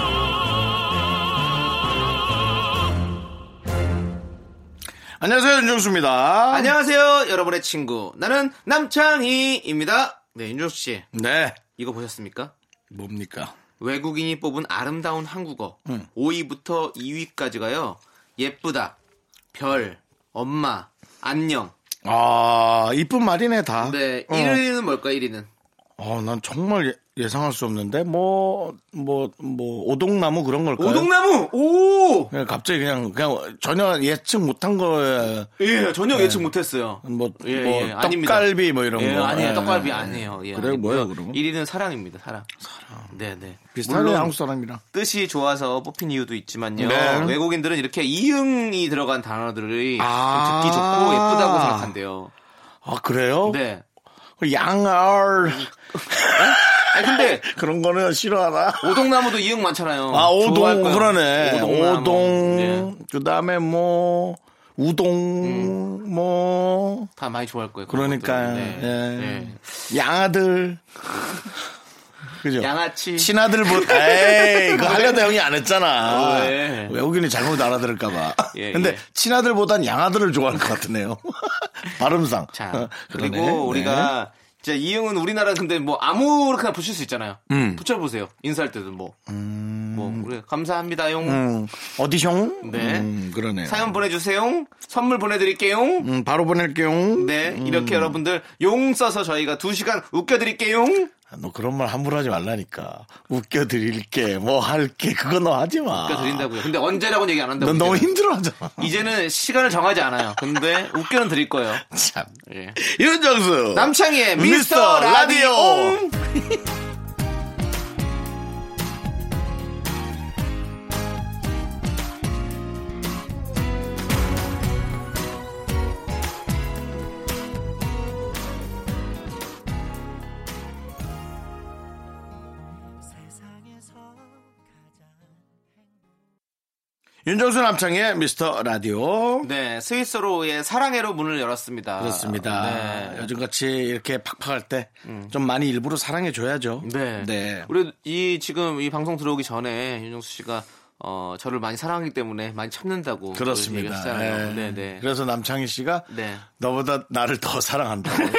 안녕하세요 윤정수입니다. 안녕하세요, 여러분의 친구. 나는 남창희입니다. 네, 윤종수 씨. 네 이거 보셨습니까? 뭡니까? 외국인이 뽑은 아름다운 한국어. 음. 5위부터 2위까지가요. 예쁘다, 별, 엄마, 안녕. 아 이쁜 말이네 다. 네, 어. 1위는 뭘까요, 1위는? 어, 난 정말 예- 예상할 수 없는데 뭐 뭐 뭐 오동나무 그런 걸까요? 오동나무! 오! 그냥 갑자기 그냥 그냥 전혀 예측 못한 거에 예, 전혀 예측 못했어요. 네. 뭐, 예, 뭐 예, 아닙니다. 떡갈비 뭐 이런 예, 거 아니에요. 예. 떡갈비 아니에요. 예, 그래요? 뭐예요, 그러면? 1위는 사랑입니다, 사랑. 사랑. 네네. 비슷하네 물론 한국 사람이랑 뜻이 좋아서 뽑힌 이유도 있지만요. 네. 외국인들은 이렇게 이응이 들어간 단어들이 좀 아. 듣기 좋고 예쁘다고 생각한대요. 아 그래요? 네. 양알 아니 근데 그런 거는 싫어하나? 오동나무도 이응 많잖아요. 아 좋아할 오동 거예요. 그러네 오동나무. 오동 예. 그다음에 뭐 우동 뭐 다 많이 좋아할 거예요. 그런 그러니까 것들은. 예. 네. 양아들 그죠? 네. 양아치. 친아들보다 에이 이거 하려다 형이 안 했잖아 왜? 외국인이 잘못 알아들을까봐 예, 근데 예. 친아들보단 양아들을 좋아할 것 같으네요 발음상 자 그리고 어, 그러네. 우리가 진짜 이응은 우리나라 근데 뭐 아무렇게나 붙일 수 있잖아요. 음. 붙여보세요. 인사할 때도 뭐. 뭐 우리 감사합니다용. 네. 음, 어디숑 네. 음, 그러네요 사연 보내주세요. 선물 보내드릴게요. 음, 바로 보낼게요 네, 음. 이렇게 여러분들 용 써서 저희가 두 시간 웃겨드릴게요. 아, 너 그런 말 함부로 하지 말라니까. 웃겨드릴게, 뭐 할게, 그거 너 하지 마. 웃겨드린다고요. 근데 언제라고 얘기 안 한다고. 아. 넌 너무 이제는. 힘들어 하잖아. 이제는 시간을 정하지 않아요. 근데 웃겨는 드릴 거예요. 참. 예. 윤정수! 남창희의 어, 미스터 미스터 라디오. 라디오. 윤정수 남창희의 미스터 라디오. 네, 스위스로의 사랑해로 문을 열었습니다. 그렇습니다. 네. 요즘같이 이렇게 팍팍할 때 좀 많이 일부러 사랑해줘야죠. 네. 네. 우리 이 지금 이 방송 들어오기 전에 윤정수 씨가 어, 저를 많이 사랑하기 때문에 많이 참는다고 그렇습니다. 얘기했잖아요. 예. 네, 네. 그래서 남창희 씨가 네. 너보다 나를 더 사랑한다고.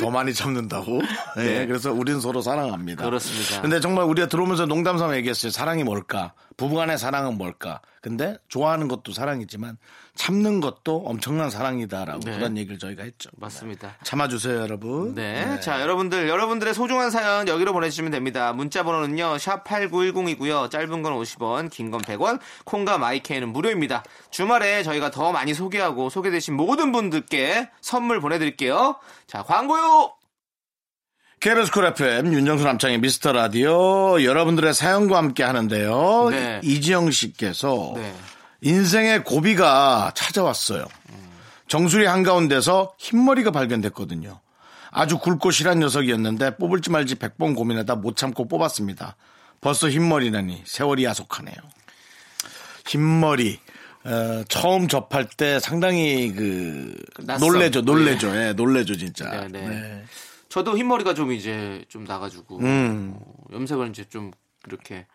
더 많이 참는다고. 예, 네. 그래서 우린 서로 사랑합니다. 그렇습니다. 근데 정말 우리가 들어오면서 농담 삼아 얘기했어요. 사랑이 뭘까? 부부간의 사랑은 뭘까? 근데 좋아하는 것도 사랑이지만 참는 것도 엄청난 사랑이다라고 네. 그런 얘기를 저희가 했죠. 맞습니다. 참아주세요, 여러분. 네. 자, 여러분들, 여러분들의 소중한 사연 여기로 보내주시면 됩니다. 문자 번호는요, 샵8910이고요. 짧은 건 50원, 긴 건 100원, 콩과 마이케이는 무료입니다. 주말에 저희가 더 많이 소개하고 소개되신 모든 분들께 선물 보내드릴게요. 자, 광고요! KBS 쿨 FM 윤정수 남창의 미스터 라디오 여러분들의 사연과 함께 하는데요. 네. 이지영 씨께서 네. 인생의 고비가 찾아왔어요. 정수리 한가운데서 흰머리가 발견됐거든요. 아주 굵고 실한 녀석이었는데 뽑을지 말지 백 번 고민하다 못 참고 뽑았습니다. 벌써 흰머리라니 세월이 야속하네요. 흰머리 어, 처음 접할 때 상당히 그 낯선. 놀래죠, 놀래죠, 예, 놀래죠 진짜. 네, 네. 네. 저도 흰머리가 좀 이제 좀 나가지고, 음. 어, 염색을 이제 좀 그렇게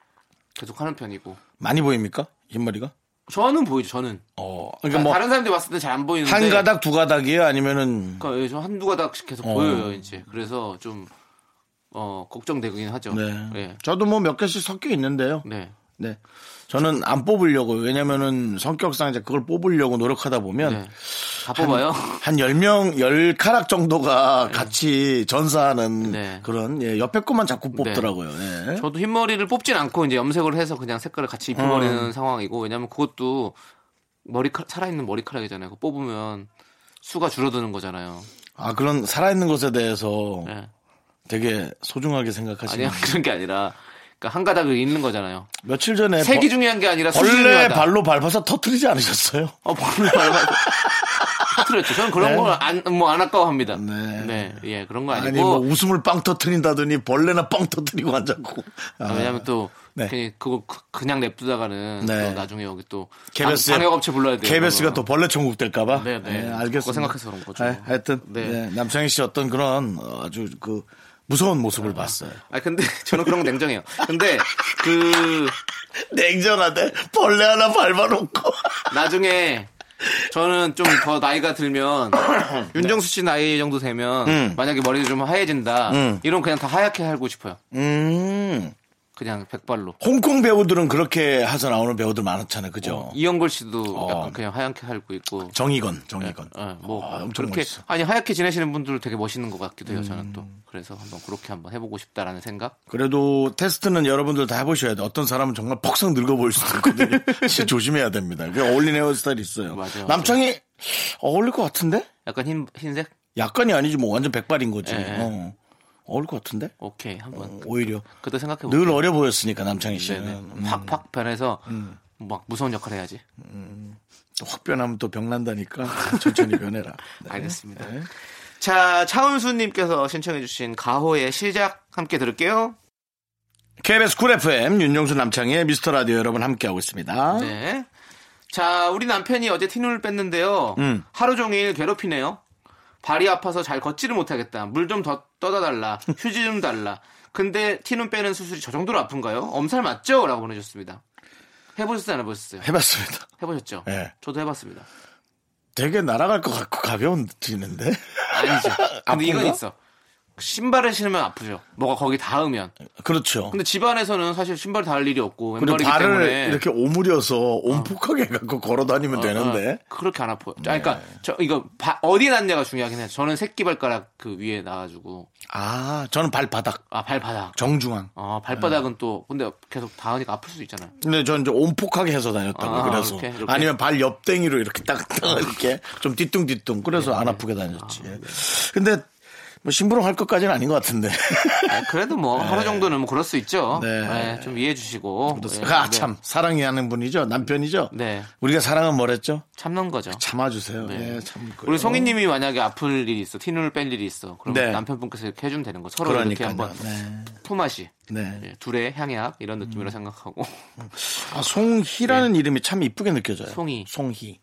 계속 하는 편이고. 많이 보입니까 흰머리가? 저는 보이죠, 저는. 어, 그러니까 뭐 아, 다른 사람들 이 봤을 때 잘 안 보이는데. 한 가닥 두 가닥이에요, 아니면은 그러니까 예, 좀 한두 가닥씩 계속 어. 보여요 이제 그래서 좀 어, 걱정되긴 하죠. 네. 예. 저도 뭐 몇 개씩 섞여 있는데요. 네. 네. 저는 안 뽑으려고 왜냐면은 성격상 이제 그걸 뽑으려고 노력하다 보면 네. 다 뽑아요. 한 10명, 10카락 정도가 같이 전사하는 네. 그런 예, 옆에 것만 자꾸 뽑더라고요. 예. 저도 흰머리를 뽑진 않고 이제 염색을 해서 그냥 색깔을 음. 같이 입혀버리는 상황이고 왜냐면 그것도 머리카락 살아있는 머리카락이잖아요. 그거 뽑으면 수가 줄어드는 거잖아요. 아, 그런 살아있는 것에 대해서 예. 되게 소중하게 생각하시는 아니요 그런 게 아니라 그러니까 한 가닥을 잇는 거잖아요. 며칠 전에 색이 예, 벌- 중요한 게 아니라 수준이 벌레 중요하다. 발로 밟아서 터트리지 않으셨어요? 어, 벌레 발. 터트렸죠. 저는 그런 네. 걸 안 뭐 안 아까워합니다. 네. 예, 그런 거 아니고. 아니 뭐 웃음을 빵 터트린다더니 벌레나 빵 터트리고 앉았고. 아, 왜냐면 또 네. 그냥 그거 그- 그냥 냅두다가는 네. 또 나중에 여기 또 KBS 에- 방- 아, 방역업체 불러야 돼요. KBS가 그러면. 또 벌레 천국 될까봐. 네, 네. 알겠습니다. 그거 생각해서 그런 거죠. 아, 하여튼 네. 네, 남창희 씨 어떤 그런 아주 그 무서운 모습을 봤어요. 아 근데 저는 그런 거 냉정해요. 근데 그 냉정하대. 벌레 하나 밟아놓고. 나중에 저는 좀 더 나이가 들면 윤정수 씨 나이 정도 되면 만약에 머리도 좀 하얘진다 음. 이런 그냥 다 하얗게 살고 싶어요. 음. 그냥 백발로. 홍콩 배우들은 그렇게 해서 나오는 배우들 많았잖아요. 그죠? 어, 이영걸 씨도 어. 약간 그냥 하얗게 살고 있고. 정의건, 정의건. 예, 뭐 아, 엄청 그렇게 멋있어. 음. 아니 하얗게 지내시는 분들 되게 멋있는 것 같기도 해요. 저는 또 그래서 한번 그렇게 한번 해보고 싶다라는 생각. 그래도 테스트는 여러분들 다 해보셔야 돼. 어떤 사람은 정말 폭삭 늙어 보일 수도 있거든요. 진짜 조심해야 됩니다. 그 어울리는 헤어스타일 있어요. 맞아요, 맞아요. 남창이 어울릴 것 같은데? 약간 흰 흰색. 약간이 아니지 뭐 완전 백발인 거지. 예, 예. 어. 어울릴 것 같은데? 어, 오케이 한번 오히려 그때 생각해 볼게요. 음. 늘 어려 보였으니까 남창희 씨는 음. 확 확 변해서 막 무서운 역할 해야지. 네. 또확 변하면 또 병난다니까 천천히 변해라. 네. 알겠습니다. 자 차은수님께서 신청해주신 가호의 시작 함께 들을게요. KBS 쿨 FM 윤정수 남창희의 미스터 라디오 여러분 함께하고 있습니다. 네. 자 우리 남편이 어제 티눈을 뺐는데요. 음. 하루 종일 괴롭히네요. 발이 아파서 잘 걷지를 못하겠다. 물 좀 더 떠다 달라. 휴지 좀 달라. 근데 티눈 빼는 수술이 저 정도로 아픈가요? 엄살 맞죠? 라고 보내주셨습니다. 해보셨어요? 안 해보셨어요? 해봤습니다. 해보셨죠? 예. 저도 해봤습니다. 되게 날아갈 것 같고 가벼운 지는데 아니죠. 근데 이건 아픈가? 있어. 신발을 신으면 아프죠. 뭐가 거기 닿으면. 그렇죠. 근데 집안에서는 사실 신발 닿을 일이 없고 그리고 왼발이기 발을 때문에 이렇게 오므려서 온폭하게 갖고 걸어 다니면 되는데 네. 어, 그렇게 안 아파요. 아니, 그러니까 저 이거 바- 어디 났냐가 중요하긴 해요. 저는 새끼 발가락 그 위에 나가지고 아 저는 발바닥 아 발바닥. 정중앙. 아 발바닥은 네. 또 근데 계속 닿으니까 아플 수도 있잖아요. 근데 저는 이제 온폭하게 해서 다녔다고 아, 그래서 이렇게, 이렇게. 아니면 발 옆댕이로 이렇게 딱딱 이렇게 좀 뒤뚱뒤뚱 그래서 안 아프게 다녔지. 네. 근데 뭐 심부름 할 것까지는 아닌 것 같은데. 아, 그래도 뭐 하루 정도는 뭐 그럴 수 있죠. 네. 네. 좀 이해해 주시고. 예, 아 네. 참 사랑이 하는 분이죠 남편이죠. 네. 우리가 사랑은 뭐랬죠? 참는 거죠. 참아주세요. 네. 예, 참고요. 우리 송이님이 만약에 아플 일이 있어 티눈을 뺄 일이 있어 그럼 네. 남편분께서 이렇게 해주면 되는 거 서로 이렇게 그러니까요. 한번 네. 품앗이 네. 예, 둘의 향약 이런 음. 느낌으로 생각하고 아, 송희라는 이름이 참 이쁘게 느껴져요. 네. 송희. 송희.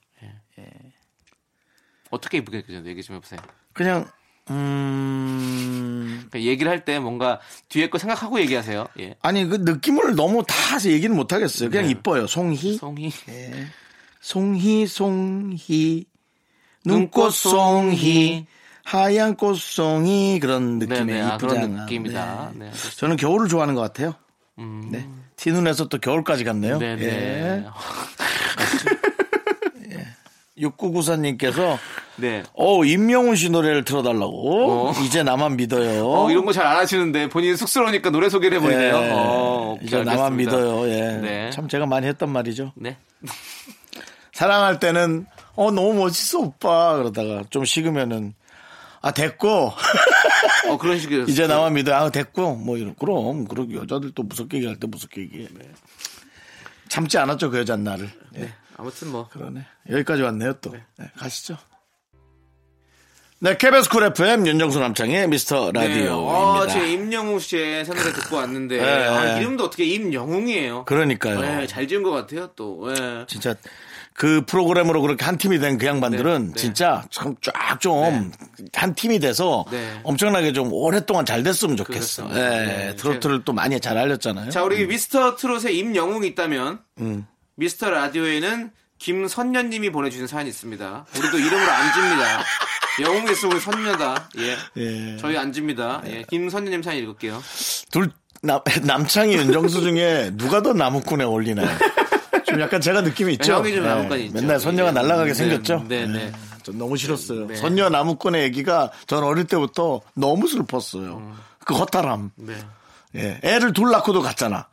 어떻게 이쁘게 느껴져요? 얘기 좀 해보세요. 그냥 음 그러니까 얘기를 할 때 뭔가 뒤에 거 생각하고 얘기하세요. 예. 아니 그 느낌을 너무 다 해서 얘기는 못 하겠어요. 그냥 네. 이뻐요. 네. 송희. 송이 송희 송희 눈꽃 송희 하얀 꽃 송희 그런 느낌이 네네 아, 이쁘지 그런 않아. 느낌이다. 네. 네. 알겠습니다. 저는 겨울을 좋아하는 것 같아요. 음. 네. 티눈에서 또 겨울까지 갔네요. 네네. 예. 6994님께서 네. 어 임영웅 씨 노래를 틀어달라고 어. 이제 나만 믿어요. 어, 이런 거 잘 안 하시는데 본인 쑥스러우니까 노래 소개를 해버리네요. 예. 어, 오케이, 이제 나만 알겠습니다. 믿어요. 예. 네. 참 제가 많이 했단 말이죠. 네. 사랑할 때는 어 너무 멋있어 오빠 그러다가 좀 식으면은 아 됐고 어 그런 식으로 이제 나만 믿어 아 됐고 뭐 이런 그럼 그런 여자들 또 무섭게 얘기할 때 무섭게 얘기해. 네. 참지 않았죠 그 여자 나를. 예. 아무튼 뭐 그러네. 여기까지 왔네요 또. 네, 가시죠. 네, KBS 쿨 FM 윤정수 남창의 미스터 네. 라디오입니다. 아, 제 임영웅 씨의 새 노래 듣고 왔는데 네. 아, 이름도 어떻게 임영웅이에요. 그러니까요. 네, 잘 지은 것 같아요 또. 네. 진짜 그 프로그램으로 그렇게 한 팀이 된 그 양반들은 네, 네. 진짜 참 쫙 좀 한 팀이 돼서 네. 엄청나게 좀 오랫동안 잘 됐으면 좋겠어. 그렇습니다. 예, 네, 트로트를 또 많이 잘 알렸잖아요. 자 우리 미스터 트롯의 임영웅이 있다면 음. 미스터 라디오에는 김선녀님이 보내주신 사연이 있습니다. 우리도 이름으로 안 집니다. 영웅의 속은 선녀다. 예. 예. 저희 안 집니다. 예. 김선녀님 사연 읽을게요. 둘 남, 남창희 윤정수 중에 누가 더 나무꾼에 어울리나요? 좀 약간 제가 느낌이 있죠. 네, 형이 좀 예, 나무꾼이 있죠. 맨날 선녀가 예. 날아가게 네, 생겼죠. 네, 네. 예, 전 너무 싫었어요. 네. 선녀 나무꾼의 얘기가 전 어릴 때부터 너무 슬펐어요. 그 허탈함. 네. 예, 애를 둘 낳고도 갔잖아.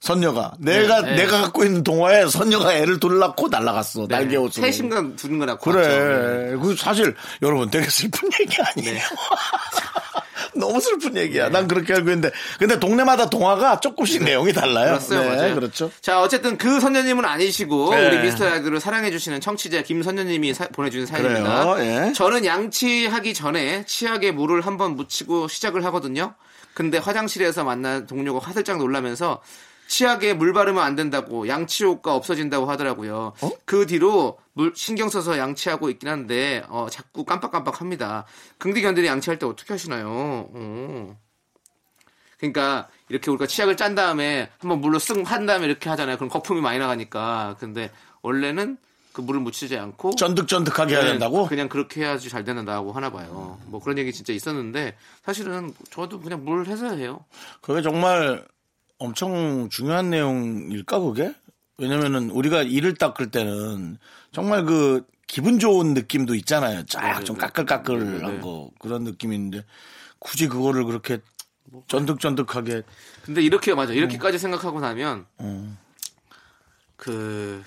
선녀가 내가 네. 내가 갖고 있는 동화에 선녀가 애를 둘 낳고 날아갔어 날개 옷으로. 세심간 네. 두는 거나 예. 그래. 그 사실 여러분 되게 슬픈 얘기 아니에요. 네. 너무 슬픈 얘기야. 난 그렇게 알고 있는데. 근데 동네마다 동화가 조금씩 내용이 달라요. 그렇어요, 네, 맞아요. 그렇죠. 자, 어쨌든 그 선녀님은 아니시고 네. 우리 미스터 라디오를 사랑해주시는 청취자 김선녀님이 사- 보내준 사연입니다. 그래요, 예. 저는 양치하기 전에 치약에 물을 한번 묻히고 시작을 하거든요. 근데 화장실에서 만난 동료가 화들짝 놀라면서 치약에 물 바르면 안 된다고 양치 효과 없어진다고 하더라고요. 그 뒤로 물 신경 써서 양치하고 있긴 한데 어, 자꾸 깜빡깜빡합니다. 긍디 견디이 양치할 때 어떻게 하시나요? 어. 그러니까 이렇게 우리가 치약을 짠 다음에 한번 물로 쓱 한 다음에 이렇게 하잖아요. 그럼 거품이 많이 나가니까. 근데 원래는 그 물을 묻히지 않고 쫀득쫀득하게 해야 그냥- 된다고? 네. 그냥 그렇게 해야지 잘 된다고 하나 봐요. 뭐 그런 얘기 진짜 있었는데 사실은 저도 그냥 물 해서 해요. 그게 정말 엄청 중요한 내용일까 그게? 왜냐면은 우리가 이를 닦을 때는 정말 그 기분 좋은 느낌도 있잖아요. 쫙 좀 까끌까끌한 네, 네네네. 거 그런 느낌인데 굳이 그거를 그렇게 쫀득쫀득하게 근데 이렇게 맞아. 이렇게까지 생각하고 나면 음. 그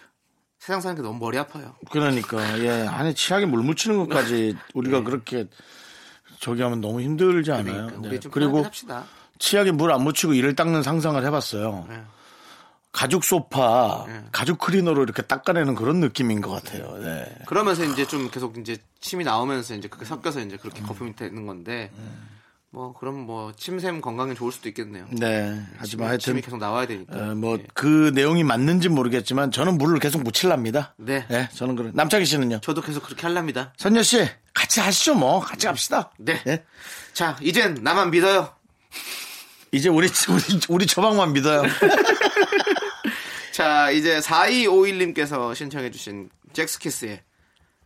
세상 사는 게 너무 머리 아파요. 그러니까 예 안에 치약에 물 묻히는 것까지 우리가 그렇게 저기 하면 너무 힘들지 않아요? 네. 그러니까 네. 우리 좀 그리고 편하게 합시다. 치약에 물 안 묻히고 이를 닦는 상상을 해봤어요. 네. 가죽 소파, 가죽 클리너로 이렇게 닦아내는 그런 느낌인 것 같아요. 네. 그러면서 이제 좀 계속 이제 침이 나오면서 이제 그게 섞여서 음. 이제 그렇게 거품이 되는 건데 뭐 그럼 뭐 침샘 건강에 좋을 수도 있겠네요. 네. 하지만 하여튼 침이 계속 나와야 되니까. 예. 뭐 그 내용이 맞는지 모르겠지만 저는 물을 계속 묻힐랍니다. 네. 예, 저는 그래. 남창희 씨는요? 저도 계속 그렇게 하랍니다. 선녀 씨 같이 하시죠 뭐 같이 갑시다. 네. 예? 자, 이젠 나만 믿어요. 이제 우리 우리 우리 저방만 믿어요. 자, 이제 4251님께서 신청해주신 잭스키스의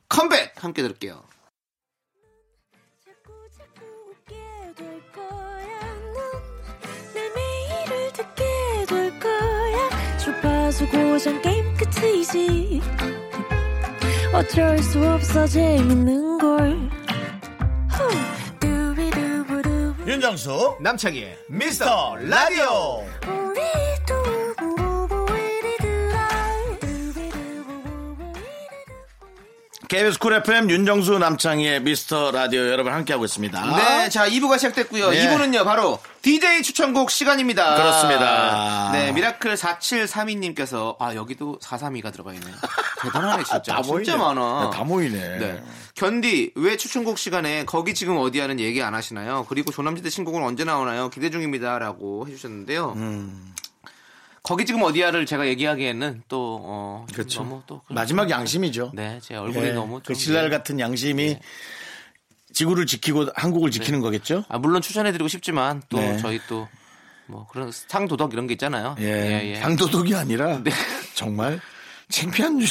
컴백 함께 들을게요. 자꾸 자꾸 웃게 될 거야. 넌내 매일을 듣게 될 거야. 주파수 고정 게임 끝이지. 어쩔 수 없어 재밌는 걸. 후. 두비두부두. 윤정수 남창희의 미스터 라디오. 우리 두부부부 우리 두라. 두비두부부부 우리 두부. KBS 쿨 FM 윤정수 남창희의 미스터 라디오 여러분 함께하고 있습니다. 네, 자, 2부가 시작됐고요. 아? 네. 2부는요, 바로 DJ 추천곡 시간입니다. 그렇습니다. 네, 미라클 4732님께서, 아, 여기도 432가 들어가 있네요. 대단하네, 진짜. 아, 다 모이네. 진짜 많아. 네, 다 모이네. 네. 견디, 왜 추천곡 시간에 거기 지금 어디 하는 얘기 안 하시나요? 그리고 조남지대 신곡은 언제 나오나요? 기대 중입니다. 라고 해주셨는데요. 음. 거기 지금 어디야를 제가 얘기하기에는 또, 어, 좀 그렇죠. 너무 또. 그런- 마지막 양심이죠. 네, 제 얼굴이 예, 너무. 그 좀- 네. 신랄 같은 양심이 지구를 지키고 한국을 지키는 거겠죠. 아, 물론 추천해드리고 싶지만 또 네. 저희 또 뭐 그런 상도덕 이런 게 있잖아요. 예, 상도덕이 아니라 네. 정말 창피한 줄.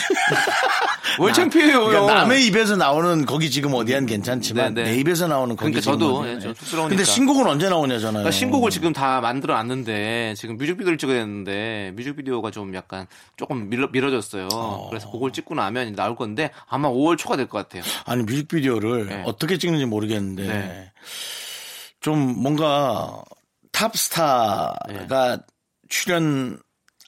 뭘 나- 창피해요, 그러니까 형. 남의 입에서 나오는 거기 지금 어디한 괜찮지만 네, 네. 내 입에서 나오는 거기 그러니까 지금 저도, 어디야. 예, 저 쑥스러우니까. 근데 신곡은 언제 나오냐잖아요. 그러니까 신곡을 지금 다 만들어 놨는데 지금 뮤직비디오를 찍어야 되는데 뮤직비디오가 좀 약간 조금 밀어, 미뤄졌어요. 그래서 그걸 찍고 나면 나올 건데 아마 5월 초가 될 것 같아요. 아니 뮤직비디오를 네. 어떻게 찍는지 모르겠는데 네. 좀 뭔가 탑스타가 출연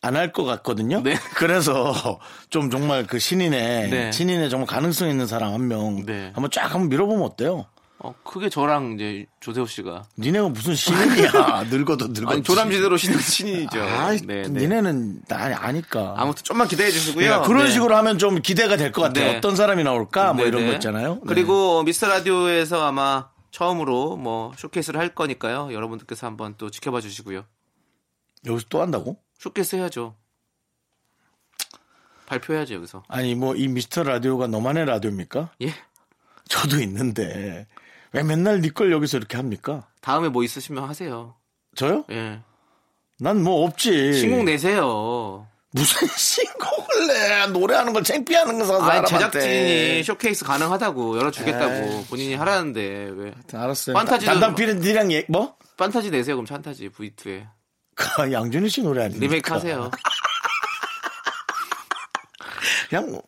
안 할 것 같거든요. 네. 그래서 좀 정말 그 신인의 네. 신인의 정말 가능성 있는 사람 한 명 네. 한번 쫙 한번 밀어보면 어때요? 어, 그게 저랑 이제 조세호 씨가 니네가 무슨 신인이야? 늙어도 늙었지. 아니 조남지대로 신은 신인이죠. 아이, 니네는 나 아니까. 아무튼 좀만 기대해 주시고요. 그러니까 그런 네. 식으로 하면 좀 기대가 될 것 같아요. 네. 어떤 사람이 나올까? 뭐 이런 네네. 거 있잖아요. 네. 그리고 미스터 라디오에서 아마 처음으로 뭐 쇼케이스를 할 거니까요. 여러분들께서 한번 또 지켜봐 주시고요. 네. 여기서 또 한다고? 쇼케이스 해야죠. 발표해야죠 여기서. 아니 뭐 이 미스터 라디오가 너만의 라디오입니까? 예. 저도 있는데 왜 맨날 니 걸 여기서 이렇게 합니까? 다음에 뭐 있으시면 하세요. 저요? 예. 난 뭐 없지. 신곡 내세요. 무슨 신곡을 내? 노래하는 걸 창피하는 거사 아 사람한테. 제작진이 쇼케이스 가능하다고 열어주겠다고 예. 본인이 하라는데 왜 알았어요. 판타지도- 담당 피디랑 얘 뭐? 판타지 내세요 그럼 판타지 V2에 그 양준일 씨 노래 아니에요? 리메이크 하세요. 그냥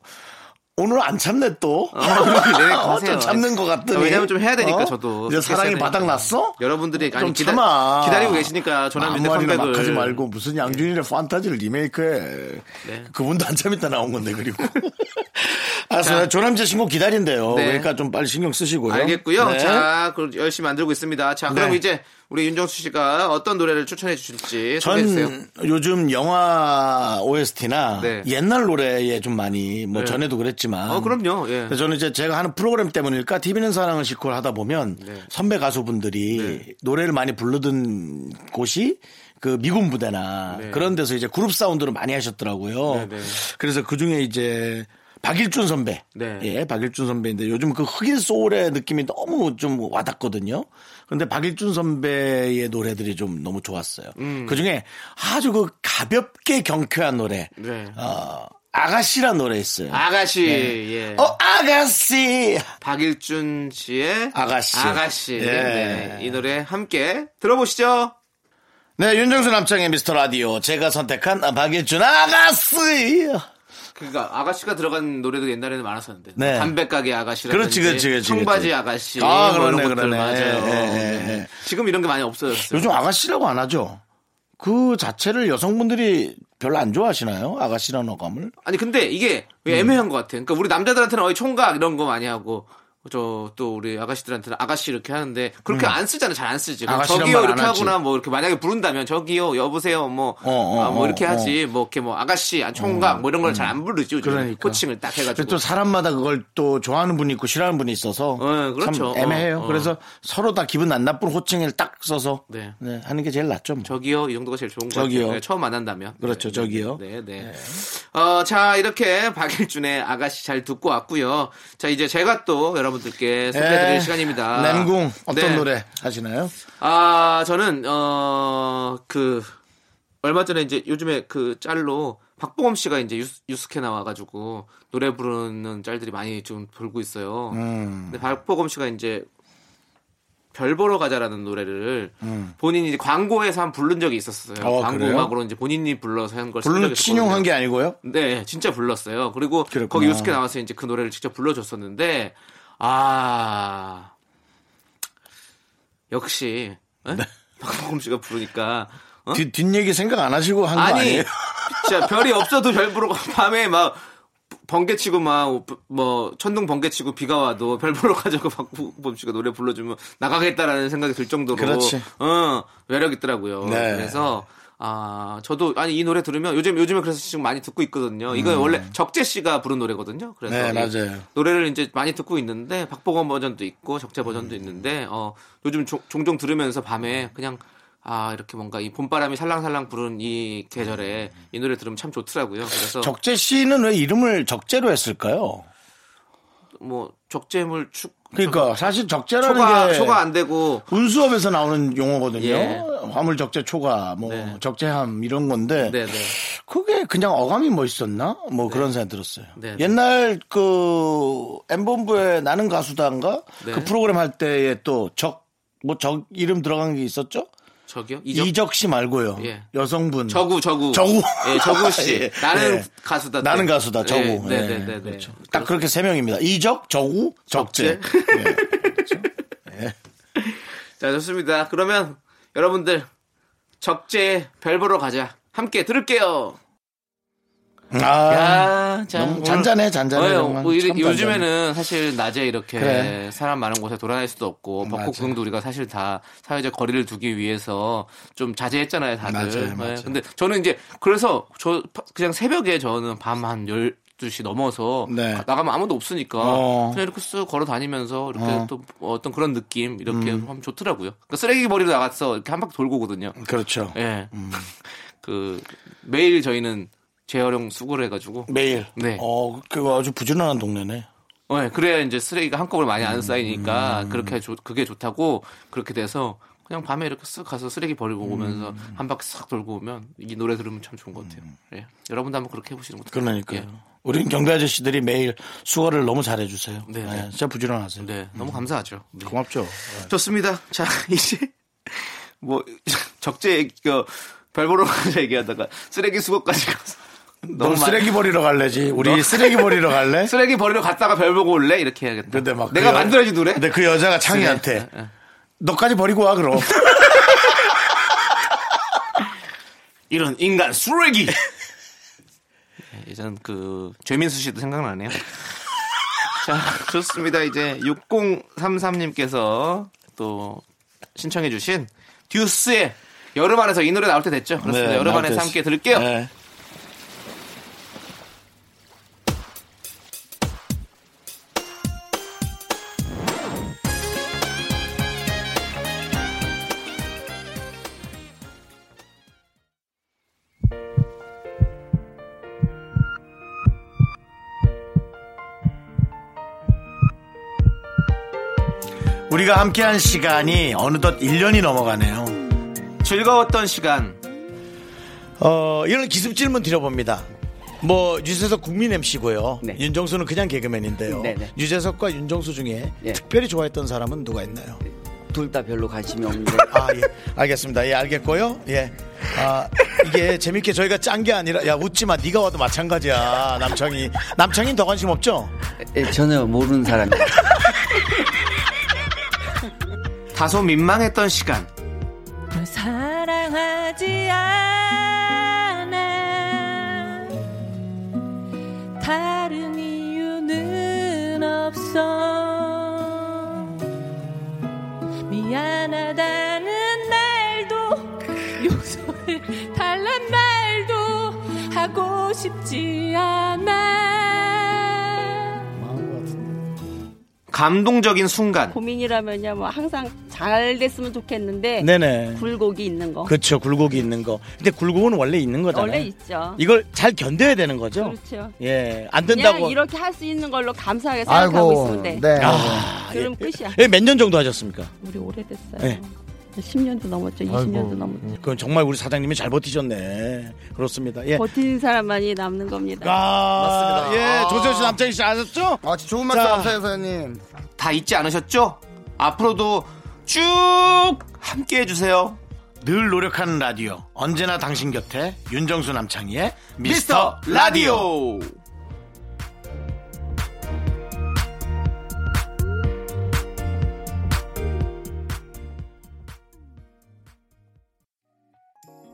오늘 안 참네 또. 어, 리메이크 어, 하세요. 아, 아, 좀 참는 것 같더니. 왜냐면 좀 해야 되니까 어? 저도 이제 사랑이 쇼케이스 해야 되니까. 바닥났어? 여러분들이 좀 아니 기다, 참아. 기다리고 계시니까 아무 조남지대 말이나 컴백을 막 하지 말고 무슨 양준일의 판타지를 리메이크해. 네. 그분도 한참 있다 나온 건데 그리고. 알았어요. 조남재 신곡 기다린대요. 네. 그러니까 좀 빨리 신경 쓰시고요. 알겠고요. 네. 자, 그 열심히 만들고 있습니다. 자, 그럼 네. 이제 우리 윤정수 씨가 어떤 노래를 추천해 주실지 예, 소개해 주세요. 전 요즘 영화 OST나 네. 옛날 노래에 좀 많이 뭐 네. 전에도 그랬지만 어, 그럼요. 예. 근데 저는 이제 제가 하는 프로그램 때문일까 TV는 사랑을 싣고 하다 보면 네. 선배 가수분들이 노래를 많이 부르던 곳이 그 미군 부대나 네. 그런 데서 이제 그룹 사운드를 많이 하셨더라고요. 네, 네. 그래서 그 중에 이제 박일준 선배, 네. 예, 박일준 선배인데 요즘 그 흑인 소울의 느낌이 너무 좀 와닿거든요. 근데 박일준 선배의 노래들이 좀 너무 좋았어요. 음. 그 중에 아주 그 가볍게 경쾌한 노래, 네. 어, 아가씨란 노래 있어요. 아가씨. 예. 어 아가씨 박일준 씨의 아가씨. 아가씨. 예. 네. 이 노래 함께 들어보시죠. 네 윤정수 남창의 미스터 라디오 제가 선택한 아, 박일준 아가씨 그니까 그러니까 아가씨가 들어간 노래도 옛날에는 많았었는데 네. 담배가게 아가씨라든지 그렇지, 그렇지, 그렇지, 청바지 그렇지. 아가씨 아, 뭐 그러네, 이런 것들 그러네. 맞아요. 예, 예, 네. 예. 지금 이런 게 많이 없어졌어요. 요즘 아가씨라고 안 하죠 그 자체를 여성분들이 별로 안 좋아하시나요 아가씨라는 어감을 아니 근데 이게 음. 애매한 것 같아. 그러니까 우리 남자들한테는 어이 총각 이런 거 많이 하고 저 또 우리 아가씨들한테는 아가씨 이렇게 하는데 그렇게 안 쓰잖아. 잘 안 쓰지. 그럼 음. 아가씨란 저기요 말안 이렇게 하지. 하거나 뭐 이렇게 만약에 부른다면 저기요 여보세요 뭐 아 뭐 어, 어, 이렇게 어, 하지 뭐 이렇게 뭐 아가씨 아, 총각 뭐 이런 걸 잘 안 부르지. 요즘 그러니까. 코칭을 딱 근데 해가지고. 또 사람마다 그걸 또 좋아하는 분이 있고 싫어하는 분이 있어서 어, 그렇죠. 참 애매해요 어, 어. 그래서 서로 다 기분 안 나쁜 호칭을 딱 써서 네. 네, 하는 게 제일 낫죠 뭐. 저기요 이 정도가 제일 좋은 거 저기요. 같아요. 네, 처음 만난다면. 그렇죠, 네, 저기요. 네, 네. 어, 자 이렇게 박일준의 아가씨 잘 듣고 왔고요. 자 이제 제가 또 여러분들께 소개해드릴 에, 시간입니다. 예. 네. 램궁 어떤 네. 노래 하시나요? 아, 저는 어, 그 얼마 전에 이제 요즘에 그 짤로 박보검 씨가 이제 유스, 유스케 나와가지고 노래 부르는 짤들이 많이 좀 돌고 있어요. 음. 근데 박보검 씨가 이제 별 보러 가자라는 노래를 본인이 이제 광고에서 한 부른 적이 있었어요. 어, 광고 음. 그래요? 음악으로 이제 본인이 불러서 한걸 불로 신용한 게 아니고요 네, 진짜 불렀어요. 그리고 그랬구나. 거기 유스케 나와서 이제 그 노래를 직접 불러줬었는데, 아, 역시, 에? 네. 박보검 씨가 부르니까, 어? 뒷, 뒷얘기 생각 안 하시고 한 거 아니, 아니, 아니에요? 진짜 별이 없어도 별 보러, 가- 밤에 막, 번개치고 막, 뭐, 천둥 번개치고 비가 와도 별 보러 가자고 박보검 씨가 노래 불러주면 나가겠다라는 생각이 들 정도로. 그렇지. 어, 매력 있더라고요. 네. 그래서, 아, 저도, 아니, 이 노래 들으면, 요즘, 요즘에 그래서 지금 많이 듣고 있거든요. 이거 원래 적재 씨가 부른 노래거든요. 그래서. 음. 네, 이 맞아요. 노래를 이제 많이 듣고 있는데, 박보검 버전도 있고, 적재 버전도 음. 있는데, 어, 요즘 조- 종종 들으면서 밤에 그냥, 아, 이렇게 뭔가 이 봄바람이 살랑살랑 부는 이 계절에 이 노래 들으면 참 좋더라고요. 그래서, 음. 적재 씨는 왜 이름을 적재로 했을까요? 뭐, 적재물 축, 그러니까 사실 적재라는 초과, 게 초과 안 되고, 군수업에서 나오는 용어거든요. 예. 화물 적재 초과, 뭐 네. 적재함 이런 건데 네네. 그게 그냥 어감이 멋있었나? 뭐 그런 생각 들었어요. 네, 네. 옛날 그 엠본부의 나는 가수단가 네. 그 프로그램 할 때에 또 적 뭐 적 이름 들어간 게 있었죠? 저기요? 이적? 이적 씨 말고요. 예. 여성분 저구 저구 저구. 예, 저구 씨 예. 나는 예. 가수다 네. 나는 가수다 저구. 예, 네네네 네, 그렇죠. 딱 그렇게 세 명입니다. 이적, 저구, 적재. 예. 자 좋습니다 그러면 여러분들 적재 별 보러 가자 함께 들을게요 아, 야, 자, 너무 오늘- 잔잔해, 잔잔해. 어, 정말. 뭐 이리- 참 잔잔해. 요즘에는 사실 낮에 이렇게 그래. 사람 많은 곳에 돌아다닐 수도 없고 벚꽃 맞아. 구경도 우리가 사실 다 사회적 거리를 두기 위해서 좀 자제했잖아요 다들. 네. 맞아요, 맞아요. 근데 저는 이제 그래서 저 파- 그냥 새벽에 저는 밤 한 12시 넘어서 네. 가- 나가면 아무도 없으니까 어. 그냥 이렇게 쓱 걸어 다니면서 이렇게 어. 음. 또뭐 어떤 그런 느낌 이렇게 하면 좋더라고요. 그러니까 쓰레기 버리러 나가서 이렇게 한 바퀴 돌고 오거든요. 그렇죠. 예. 그 매일 저희는 재활용 수거를 해가지고 매일. 네. 어, 그거 아주 부지런한 동네네. 네, 그래야 이제 쓰레기가 한꺼번에 많이 음. 안 쌓이니까 그렇게 좋- 그게 좋다고 그렇게 돼서 그냥 밤에 이렇게 쓱 가서 쓰레기 버리고 오면서 음. 한 바퀴 싹 돌고 오면 이 노래 들으면 참 좋은 것 같아요. 예. 여러분도 한번 그렇게 해보시는 것도 그러니까요. 예. 우린 경비 아저씨들이 매일 수거를 너무 잘해주세요. 네, 네. 네. 진짜 부지런하세요. 네, 너무 감사하죠. 네. 음. 고맙죠. 좋습니다. 자, 이제 뭐 적재 얘기- 그 별보러 가서 얘기하다가 쓰레기 수거까지 가서 너 많이- 쓰레기 버리러 갈래지. 우리 쓰레기 버리러 갈래? 쓰레기 버리러 갔다가 별 보고 올래 이렇게 해야겠다. 근데 막 내가 그 여- 만들어진 노래. 근데 그 여자가 창희한테 예, 너까지 버리고 와 그럼. 이런 인간 쓰레기. 예전 그 죄민수 씨도 생각나네요. 자, 좋습니다. 이제 6033님께서 또 신청해주신 듀스의 여름 안에서 이 노래 나올 때 됐죠? 그렇습니다. 네, 여름 나올 안에서 때 함께 됐- 들을게요. 네. 우리가 함께한 시간이 어느덧 1년이 넘어가네요. 즐거웠던 시간. 어, 이런 기습 질문 드려봅니다. 뭐 유재석 국민 MC고요. 네. 윤정수는 그냥 개그맨인데요. 네, 네. 유재석과 윤정수 중에 예. 네. 특별히 좋아했던 사람은 누가 있나요? 둘 다 별로 관심이 없는데 아, 예. 알겠습니다. 예, 알겠고요. 예. 아, 이게 재밌게 저희가 짠 게 아니라 야, 웃지 마. 네가 와도 마찬가지야. 남창이. 남창이 더 관심 없죠? 예, 전혀 모르는 사람이에요. 다소 민망했던 시간. 널 사랑하지 않아 다른 이유는 없어 미안하다는 말도 용서를 달란 말도 하고 싶지 네. 않아 감동적인 순간. 고민이라면요, 뭐 항상 잘 됐으면 좋겠는데 네네. 굴곡이 있는 거 그렇죠. 굴곡이 있는 거. 근데 굴곡은 원래 있는 거잖아요. 원래 있죠. 이걸 잘 견뎌야 되는 거죠? 그렇죠. 예. 안 그냥 된다고. 이렇게 할 수 있는 걸로 감사하게 생각하고 있으면 돼. 네. 아, 그럼 끝이야. 예, 몇 년 정도 하셨습니까? 우리 오래됐어요. 네. 10년도 넘었죠. 20년도 넘었죠. 그건 정말 우리 사장님이 잘 버티셨네. 그렇습니다. 예. 버티는 사람만이 남는 겁니다. 아, 맞습니다. 예, 아. 조세호 씨, 남창희 씨 아셨죠? 아, 진짜 좋은 말씀 자. 감사해요, 사장님. 다 잊지 않으셨죠? 앞으로도 쭉 함께 해주세요. 늘 노력하는 라디오. 언제나 당신 곁에 윤정수 남창희의 미스터 라디오.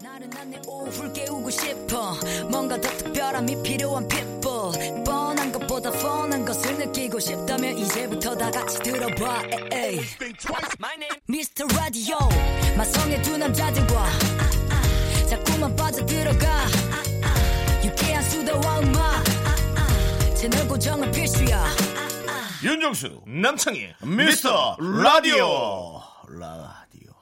나른한 내 오후를 깨우고 싶어 뭔가 더 특별함이 필요한 people 뻔한 것보다 뻔한 것을 느끼고 싶다면 이제부터 다 같이 들어봐 에이. Mr. Radio 마성의 두 남자들과 자꾸만 빠져들어가 유쾌한 수다와 음악 채널 고정은 필수야 윤정수 남창희 미스터 라디오. 라디오.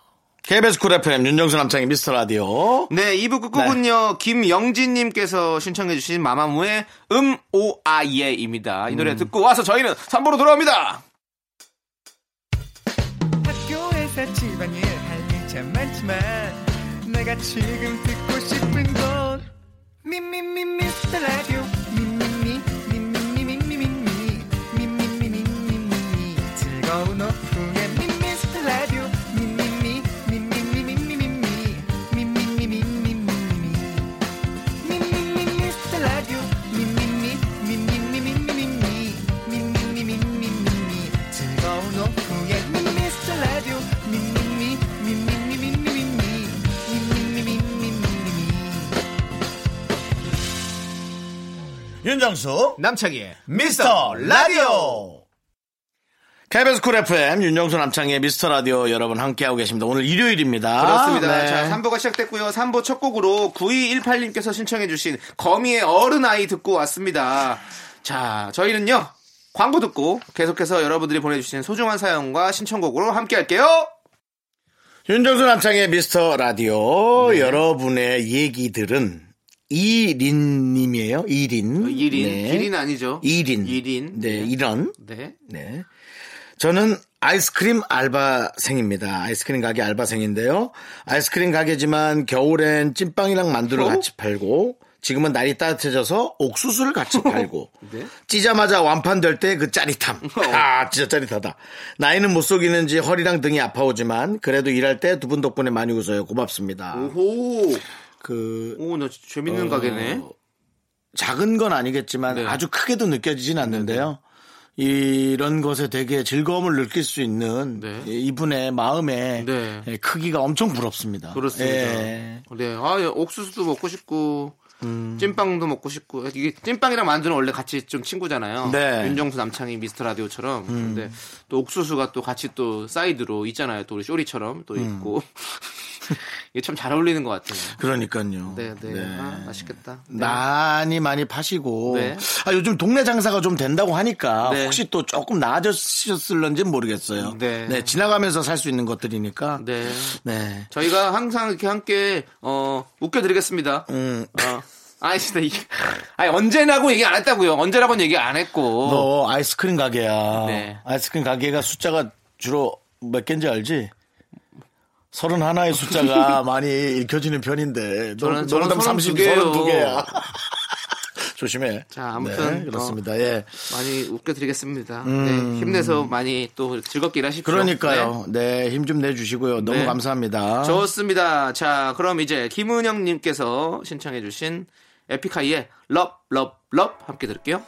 KBS 쿨 FM 윤정수 남창희 미스터 라디오. 네, 2부 끝곡은요, 김영진님께서 신청해주신 마마무의 음, 오, 아, 예, 입니다. 이 노래 듣고 와서 저희는 3부로 돌아옵니다! 학교에서 집안일 할 일 참 많지만 내가 지금 듣고 싶은 건 미미미 미스터 라디오 미미미 미미미 미미미 미미미 미미미 미미미 즐거운 오후에 미미스터 라디오 미미미 미미미 미미미 미미미 미미미 미미미 윤정수 남창희의 미스터 라디오. KBS 쿨 FM 윤정수 남창희의 미스터 라디오 여러분 함께하고 계십니다. 오늘 일요일입니다. 그렇습니다. 네. 자, 3부가 시작됐고요. 3부 첫 곡으로 9218님께서 신청해주신 거미의 어른아이 듣고 왔습니다. 자, 저희는요, 광고 듣고 계속해서 여러분들이 보내주신 소중한 사연과 신청곡으로 함께 할게요! 윤정수 남창의 미스터 라디오 네. 여러분의 얘기들은 이린 님이에요. 이린. 어, 이린. 네. 이린 아니죠. 이린. 이린. 네, 이런. 네. 네. 저는 아이스크림 알바생입니다. 아이스크림 가게 알바생인데요. 아이스크림 가게지만 겨울엔 찐빵이랑 만두를 어? 같이 팔고 지금은 날이 따뜻해져서 옥수수를 같이 팔고 찌자마자 완판될 때 그 짜릿함. 아, 진짜 짜릿하다. 나이는 못 속이는지 허리랑 등이 아파오지만 그래도 일할 때 두 분 덕분에 많이 웃어요. 고맙습니다. 오호! 그 오, 나 진짜 재밌는 가게네. 작은 건 아니겠지만 네. 아주 크게도 느껴지진 않는데요. 이런 것에 되게 즐거움을 느낄 수 있는 네. 예, 이분의 마음의 네. 예, 크기가 엄청 부럽습니다. 그렇습니다. 예. 네. 아, 예, 옥수수도 먹고 싶고 음. 찐빵도 먹고 싶고 이게 찐빵이랑 만두는 원래 같이 좀 친구잖아요. 네. 음. 윤정수 남창희 미스터 라디오처럼. 근데 또 옥수수가 또 같이 또 사이드로 있잖아요. 또 우리 쇼리처럼 또 음. 있고. 이게 참 잘 어울리는 것 같아요. 그러니까요. 네, 네. 네. 아, 맛있겠다. 네. 많이 많이 파시고 네. 아 요즘 동네 장사가 좀 된다고 하니까 네. 혹시 또 조금 나아졌을런지는 모르겠어요. 네. 지나가면서 살 수 있는 것들이니까. 네. 네. 저희가 항상 이렇게 함께 어 웃겨드리겠습니다. 음, 어. 아니 진짜 이게 아니 언제라고 얘기 안 했다고요. 언제라고는 얘기 안 했고. 너 어, 아이스크림 가게야. 네. 아이스크림 가게가 숫자가 주로 몇 개인지 알지? 서른 하나의 숫자가 많이 읽혀지는 편인데 저는- 너- 너는 저는 30, 32 예요. 32 개야. 조심해. 자, 아무튼 어. 네, 그렇습니다. 예. 많이 웃겨드리겠습니다. 네, 힘내서 많이 또 즐겁게 음. 일하십시오. 그러니까요. 아. 네, 힘 좀 내주시고요. 너무 어, 네. 감사합니다. 네, 좋습니다. 자, 그럼 이제 김은영님께서 신청해주신 에픽하이의 럽, 럽, 럽 함께 들을게요.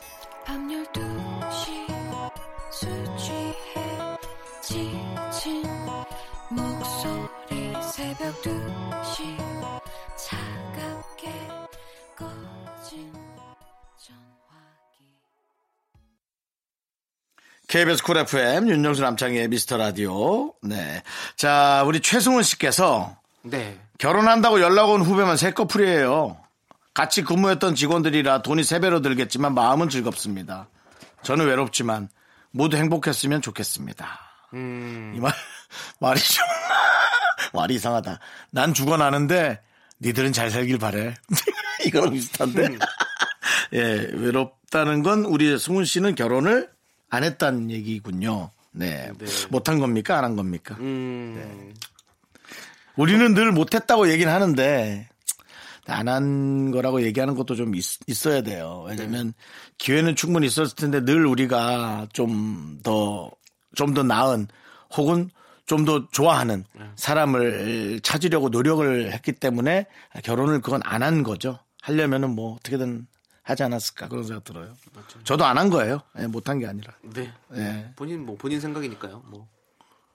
밤 12시 술 취해 지친 목소리 새벽 2시 차갑게 꺼진 전화기 KBS 쿨 FM 윤정수 남창희의 미스터 라디오. 네. 자, 우리 최승훈 씨께서 네. 결혼한다고 연락 온 후배만 새 커플이에요. 같이 근무했던 직원들이라 돈이 세 배로 들겠지만 마음은 즐겁습니다. 저는 외롭지만 모두 행복했으면 좋겠습니다. 이 말, 말이 좀, 말이 이상하다. 난 죽어나는데 니들은 잘 살길 바래. 이거랑 비슷한데. 예, 외롭다는 건 우리 승훈 씨는 결혼을 안 했다는 얘기군요. 네. 못한 겁니까? 안 한 겁니까? 음, 우리는 늘 못했다고 얘기는 하는데 안 한 거라고 얘기하는 것도 좀 있, 어야 돼요. 왜냐면 기회는 충분히 있었을 텐데 늘 우리가 좀 더 좀 더 나은 혹은 좀 더 좋아하는 사람을 찾으려고 노력을 했기 때문에 결혼을 그건 안 한 거죠. 하려면은 뭐 어떻게든 하지 않았을까 그런 생각 들어요. 저도 안 한 거예요. 예, 못한 게 아니라. 네. 예. 본인, 뭐, 본인 생각이니까요. 뭐.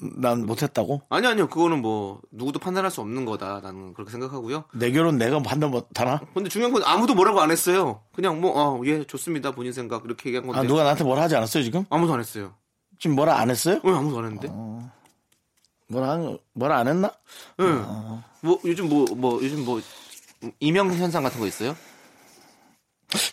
난 못했다고? 아니, 아니요. 그거는 뭐, 누구도 판단할 수 없는 거다. 나는 그렇게 생각하고요. 내 결혼 내가 판단 못하나? 근데 중요한 건 아무도 뭐라고 안 했어요. 그냥 뭐, 어, 예, 좋습니다. 본인 생각. 이렇게 얘기한 건데. 아, 누가 나한테 뭐라 하지 않았어요, 지금? 아무도 안 했어요. 지금 뭐라 안 했어요? 왜 아무도 안 했는데? 뭐라 한- 뭐라 안 했나? 예. 어. 뭐 요즘 뭐 뭐 요즘 뭐 이명 현상 같은 거 있어요?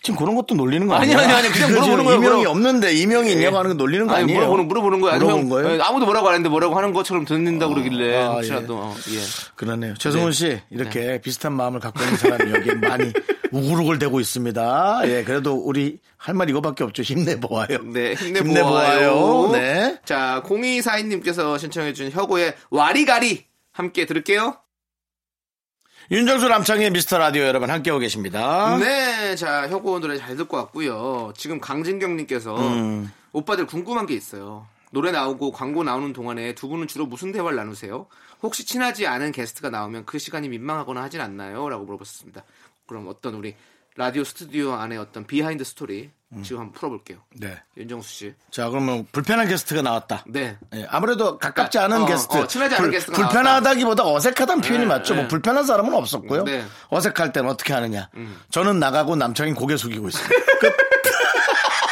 지금 그런 것도 놀리는 거 아니, 아니야? 아니, 아니, 그냥 그거 지금 물어보는 거예요, 이명이 물어보- 없는데 이명이 있냐고 하는 거 놀리는 거 아니, 아니에요? 물어보는 물어보는 거예요. 아니, 물어본 형, 거예요? 예, 아무도 뭐라고 안 했는데 뭐라고 하는 것처럼 듣는다 고 그러길래 아, 혹시라도 어, 예. 그러네요. 최승훈 네. 씨 이렇게 비슷한 마음을 갖고 있는 사람이 여기 많이 우글우글 대고 있습니다. 예, 그래도 우리 할 말 이거밖에 없죠. 힘내 보아요. 네, 힘내 힘내 보아요. 보아요. 네. 자, 0242님께서 신청해준 혁오의 와리가리 함께 들을게요. 윤정수 남창의 미스터 라디오 여러분 함께하고 계십니다. 네, 자, 혁오 노래 잘 듣고 왔고요. 지금 강진경님께서 음. 오빠들 궁금한 게 있어요. 노래 나오고 광고 나오는 동안에 두 분은 주로 무슨 대화를 나누세요? 혹시 친하지 않은 게스트가 나오면 그 시간이 민망하거나 하진 않나요? 라고 물어봤습니다. 그럼 어떤 우리 라디오 스튜디오 안에 어떤 비하인드 스토리 지금 한번 풀어볼게요. 네. 윤정수 씨. 자, 그러면 불편한 게스트가 나왔다. 네. 예, 아무래도 가깝지 않은 어, 게스트, 어, 친하지 않은 게스트가 불편하다기보다 어색하다는 표현이 네, 맞죠. 뭐 네. 불편한 사람은 없었고요. 네. 음. 어색할 때는 어떻게 하느냐. 저는 나가고 남창이 고개 숙이고 있어요. 끝.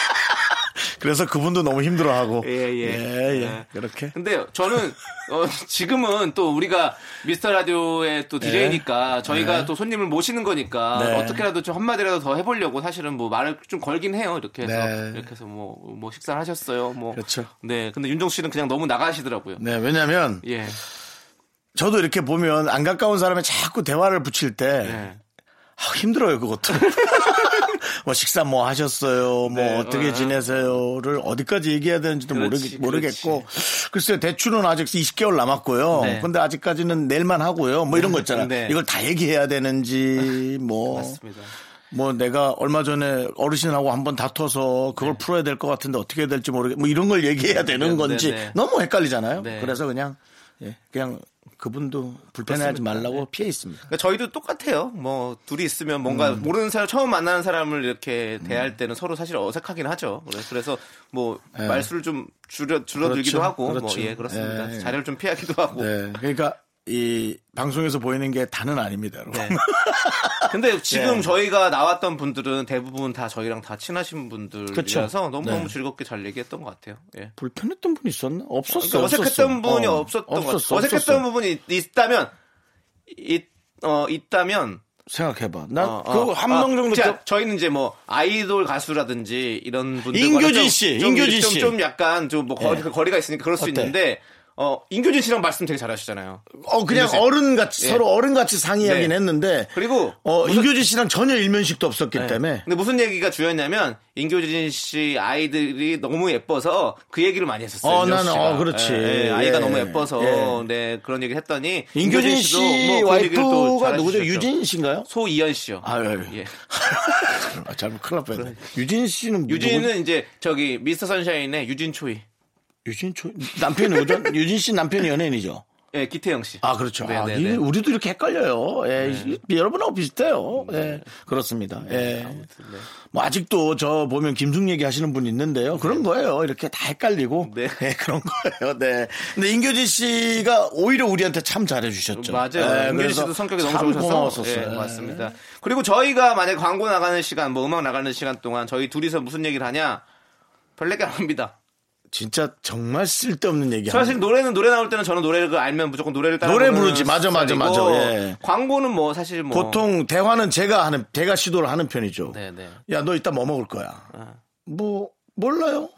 그래서 그분도 너무 힘들어하고. 예, 예. 예, 예. 예. 그렇게. 근데 저는 어, 지금은 또 우리가 미스터 라디오의 또 DJ니까 저희가 또 손님을 모시는 거니까 네. 어떻게라도 좀 한마디라도 더 해보려고 사실은 뭐 말을 좀 걸긴 해요. 이렇게 해서 네. 이렇게 해서 뭐, 뭐 식사를 하셨어요. 뭐 그렇죠. 네. 근데 윤종 씨는 그냥 너무 나가시더라고요. 네, 왜냐면 하 예. 저도 이렇게 보면 안 가까운 사람이 자꾸 대화를 붙일 때 네. 아, 힘들어요, 그것도. 뭐 식사 뭐 하셨어요, 뭐 네, 어떻게 어, 지내세요를 어디까지 얘기해야 되는지도 그렇지, 모르, 겠고 글쎄요, 대출은 아직 20개월 남았고요. 네. 근데 아직까지는 낼만 하고요. 뭐 이런 거 있잖아요. 네. 아, 이걸 다 얘기해야 되는지, 뭐, 맞습니다. 뭐 내가 얼마 전에 어르신하고 한번 다퉈서 그걸 풀어야 될 것 같은데 어떻게 해야 될지 모르겠, 뭐 이런 걸 얘기해야 되는 네. 네, 건지 네, 네. 너무 헷갈리잖아요. 네. 그래서 그냥, 예, 그냥 그분도 불편해하지 말라고 피해 있습니다. 그러니까 저희도 똑같아요. 뭐 둘이 있으면 뭔가 모르는 사람 처음 만나는 사람을 이렇게 음. 대할 때는 서로 사실 어색하긴 하죠. 그래서, 그래서 뭐 예. 말수를 좀 줄여 줄어들기도 그렇죠. 하고 그렇죠. 뭐 예 그렇습니다. 예, 예. 자리를 좀 피하기도 하고. 네, 그러니까 이 방송에서 보이는 게 다는 아닙니다. 여러분. 네. 근데 지금 예. 저희가 나왔던 분들은 대부분 다 저희랑 다 친하신 분들이라서 그쵸. 너무 너무 네. 즐겁게 잘 얘기했던 것 같아요. 예. 불편했던 분 있었나? 그러니까 없었어. 어색했던 부분이 없었던 것 같아요. 어색했던 부분이 있- 있다면 있, 어, 있다면 생각해봐. 난 어, 그거 어. 한 명 아, 정도 자, 더- 저희는 이제 뭐 아이돌 가수라든지 이런 분들 인교진 씨, 인교진 좀, 씨. 네. 좀 약간 좀 뭐 거리, 거리가 있으니까 그럴 수 어때? 있는데 어 인교진 씨랑 말씀 되게 잘하시잖아요. 어 그냥 인교진. 어른 같이 예. 서로 어른 같이 상의하긴 네. 했는데 그리고 어 무슨- 임교진 씨랑 전혀 일면식도 없었기 네. 때문에 근데 무슨 얘기가 주였냐면 인교진 씨 아이들이 너무 예뻐서 그 얘기를 많이 했었어요. 어, 인정 나는, 씨가. 어, 그렇지. 예, 예, 아이가 예. 너무 예뻐서 예. 네 그런 얘기를 했더니 뭐 임교진 씨 그런 얘기를 또 와이프가 잘해주셨죠. 누구죠? 유진 씨인가요? 소이연 씨요. 아, 예, 예. 예. 아, 잘못 큰일 날 뻔했네. 유진 씨는 유진은 누구- 이제 저기 미스터 선샤인의 유진 초이. 유진 초 남편이 누구죠? 유진 씨 남편이 연예인이죠. 예, 기태영 씨. 아 그렇죠. 아, 네네네. 네. 이- 우리도 이렇게 헷갈려요. 예, 여러분하고 비슷해요. 음, 예, 그렇습니다. 예. 네. 뭐 아직도 저 보면 김숙 얘기하시는 분 있는데요. 그런 거예요. 이렇게 다 헷갈리고 네. 예, 그런 거예요. 네. 근데 인교진 씨가 오히려 우리한테 참 잘해주셨죠. 맞아요. 예, 임교진 그래서 씨도 성격이 너무 참 좋으셔서 고마웠었어요. 예, 맞습니다. 그리고 저희가 만약 광고 나가는 시간, 뭐 음악 나가는 시간 동안 저희 둘이서 무슨 얘기를 하냐? 별내게 안 합니다. 진짜 정말 쓸데없는 얘기. 사실 노래는 노래 나올 때는 저는 노래를 그 알면 무조건 노래를 따라 노래 부르는 부르지. 맞아, 맞아, 맞아. 스타일이고, 예. 광고는 뭐 사실 뭐 보통 대화는 제가 하는 제가 시도를 하는 편이죠. 네, 네. 야, 너 이따 뭐 먹을 거야? 어. 뭐, 몰라요.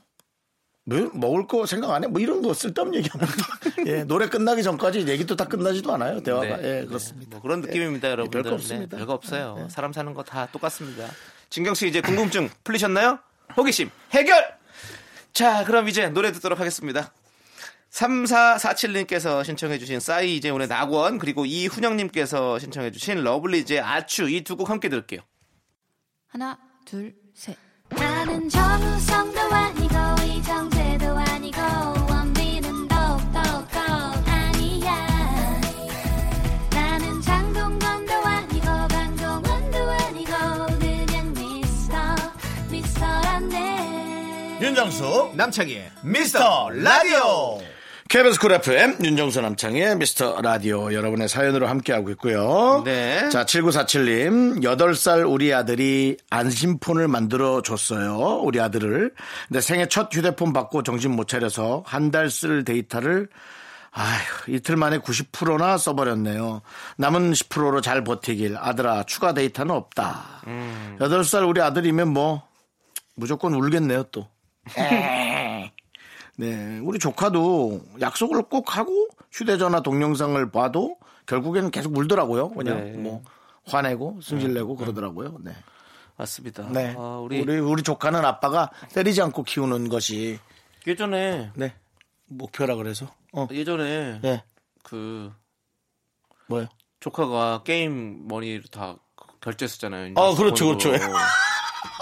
뭐, 먹을 거 생각 안 해? 뭐 이런 거 쓸데없는 얘기 합니다. 예, 노래 끝나기 전까지 얘기도 다 끝나지도 않아요, 대화가. 네. 예, 그렇습니다. 예, 뭐 그런 느낌입니다, 여러분들. 별거 없습니다. 예. 네, 별거 없어요. 사람 사는 거 다 똑같습니다. 진경 씨 이제 궁금증 풀리셨나요? 호기심 해결. 자, 그럼 이제 노래 듣도록 하겠습니다. 3447님께서 신청해주신 싸이 이재훈의 낙원 그리고 이훈영님께서 신청해주신 러블리즈의 아추 이 두 곡 함께 들을게요. 하나 둘셋 나는 정우성도 아니고 이정재도 아니고 원빈은 더욱더 아니야 나는 장동건도 아니고 강동원도 아니고 그냥 미스터 미스터란데 윤정수, 남창희의 미스터 라디오! KBS 쿨 FM, 윤정수 남창의 미스터 라디오. 여러분의 사연으로 함께하고 있고요. 네. 자, 7947님, 8살 우리 아들이 안심폰을 만들어 줬어요. 우리 아들을. 근데 생애 첫 휴대폰 받고 정신 못 차려서 한 달 쓸 데이터를 아휴, 이틀 만에 90%나 써버렸네요. 남은 10%로 잘 버티길. 아들아, 추가 데이터는 없다. 8살 우리 아들이면 뭐, 무조건 울겠네요, 또. 네, 우리 조카도 약속을 꼭 하고 휴대전화 동영상을 봐도 결국에는 계속 울더라고요. 그냥 네. 뭐 화내고 승질내고 그러더라고요. 네, 맞습니다. 네. 아, 우리 우리, 우리 조카는 아빠가 때리지 않고 키우는 것이 예전에 네 목표라 그래서 어, 예전에 네, 그 뭐요? 조카가 게임 머니로 다 결제했었잖아요. 아, 그렇죠, 인터폰으로. 그렇죠.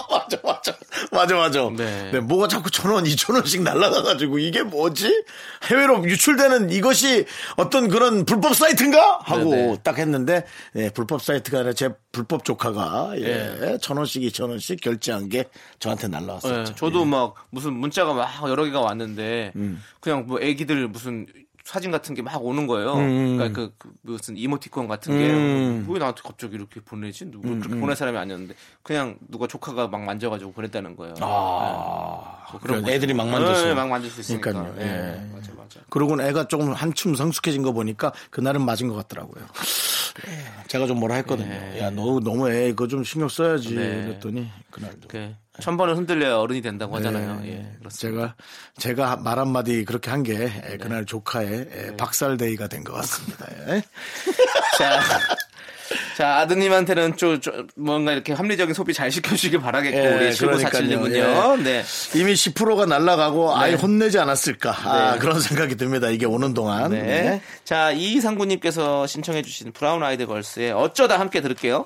맞아, 맞아, 맞아, 맞아. 네. 네. 뭐가 자꾸 천 원, 이천 원씩 날라가가지고 이게 뭐지? 해외로 유출되는 이것이 어떤 그런 불법 사이트인가? 하고 네, 네. 딱 했는데, 예, 불법 사이트가 아니라 제 불법 조카가 예, 네. 천 원씩, 이천 원씩 결제한 게 저한테 예, 날라왔었죠. 저도 막 무슨 문자가 막 여러 개가 왔는데 음. 그냥 뭐 애기들 무슨 사진 같은 게 막 오는 거예요. 음, 그러니까 그, 그 무슨 이모티콘 같은 게 왜 나한테 갑자기 이렇게 보내지? 누구 음, 그렇게 보낼 사람이 아니었는데 그냥 누가 조카가 막 만져가지고 보냈다는 거예요. 아, 뭐 그런 거죠. 애들이 아, 막 예, 만졌어요. 막 만질 수 있으니까. 그러니까요. 예, 예. 맞아 맞아. 그러곤 애가 조금 한층 성숙해진 거 보니까 그날은 맞은 것 같더라고요. 예, 제가 좀 뭐라 했거든요. 야, 너 너무 애 그거 좀 신경 써야지. 네. 그랬더니 그날도. 네. 이렇게 천 번을 흔들려야 어른이 된다고 하잖아요. 예, 그렇습니다. 네. 제가 제가 말 한마디 그렇게 한 게 그날 조카의 에, 박살데이가 된 것 같습니다. 예. 자, 자 아드님한테는 좀, 좀 뭔가 이렇게 합리적인 소비 잘 시켜주길 바라겠고 예, 우리 그러니까요. 7547님은요. 예. 네. 이미 10%가 날아가고 아예 혼내지 않았을까 아, 그런 생각이 듭니다. 이게 오는 동안 네. 네. 자, 이상구님께서 신청해주신 브라운 아이드 걸스의 어쩌다 함께 들을게요.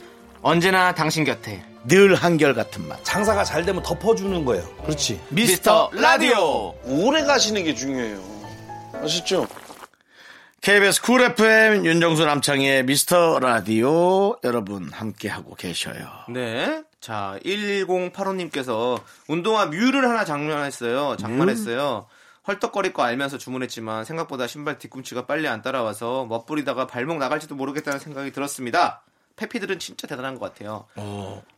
언제나 당신 곁에 늘 한결같은 맛. 장사가 잘 되면 덮어주는 거예요. 그렇지. 미스터 라디오. 오래 가시는 게 중요해요. 아셨죠? KBS 쿨 FM 윤정수 남창희의 미스터 라디오 여러분 함께하고 계셔요. 네. 자, 1108호님께서 운동화 뮤를 하나 장만했어요. 음. 장만했어요. 헐떡거릴 거 알면서 주문했지만 생각보다 신발 뒤꿈치가 빨리 안 따라와서 멋부리다가 발목 나갈지도 모르겠다는 생각이 들었습니다. 페피들은 진짜 대단한 것 같아요.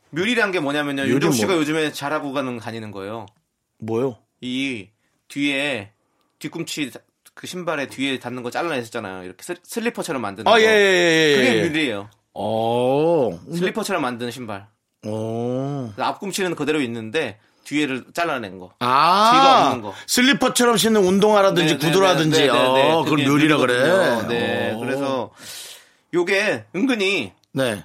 뮤리란 게 뭐냐면요. 뮤리 윤종 씨가 어. 뭐- 요즘에 잘하고 가는 다니는 거예요. 뭐요? 이 뒤에 뒤꿈치 그 신발에 뒤에 닿는 거 잘라냈었잖아요. 이렇게 슬- 슬리퍼처럼 만드는 거. 아, 예, 예, 예. 그게 예. 뮤리예요. 어, 슬리퍼처럼 만드는 신발. 어. 그래서 앞꿈치는 그대로 있는데 뒤에를 잘라낸 거. 아, 뒤가 없는 거. 슬리퍼처럼 신는 운동화라든지 네, 네, 구두라든지, 네, 네, 네, 네. 어, 그걸 그게 묘리라 그래. 묘리거든요. 네, 어. 그래서 요게 은근히 네.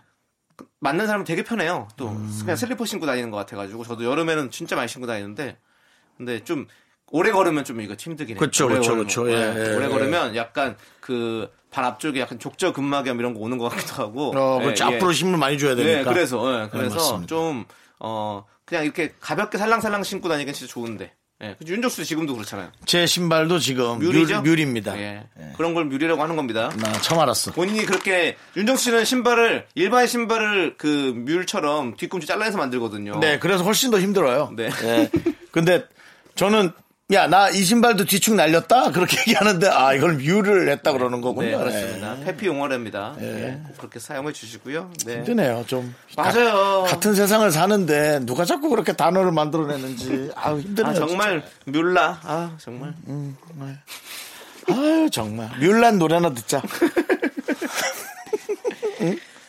맞는 사람 되게 편해요. 또 음. 그냥 슬리퍼 신고 다니는 것 같아가지고 저도 여름에는 진짜 많이 신고 다니는데 근데 좀 오래 걸으면 좀 이거 힘들긴 해요. 그쵸, 오래 그쵸, 걸으면. 그쵸. 예, 네, 예, 오래 예. 걸으면 약간 그 발 앞쪽에 약간 족저 근막염 이런 거 오는 것 같기도 하고. 어, 예, 그렇지. 예. 앞으로 힘을 많이 줘야 네, 되니까. 그래서 예, 네, 그래서 맞습니다. 좀 어, 그냥 이렇게 가볍게 살랑살랑 신고 다니기는 진짜 좋은데. 예. 그 윤정수 지금도 그렇잖아요. 제 신발도 지금 뮤리죠? 음, 뮤, 뮤리입니다. 예. 그런 걸 뮤리라고 하는 겁니다. 나 처음 알았어. 본인이 그렇게 윤정수 씨는 신발을 일반 신발을 그 뮬처럼 뒤꿈치 잘라내서 만들거든요. 네, 그래서 훨씬 더 힘들어요. 네. 예. 근데 저는 야, 나 이 신발도 뒤축 날렸다? 그렇게 얘기하는데, 아, 이걸 뮤를 했다 그러는 거군요. 네, 그렇습니다. 예. 페피 용어랍니다. 예, 꼭 그렇게 사용해 주시고요. 네. 힘드네요, 좀. 맞아요. 가- 같은 세상을 사는데, 누가 자꾸 그렇게 단어를 만들어내는지, 아 힘드네요. 아, 정말 뮬라. 아, 정말. 진짜. 아유, 정말. 뮬란 노래나 듣자.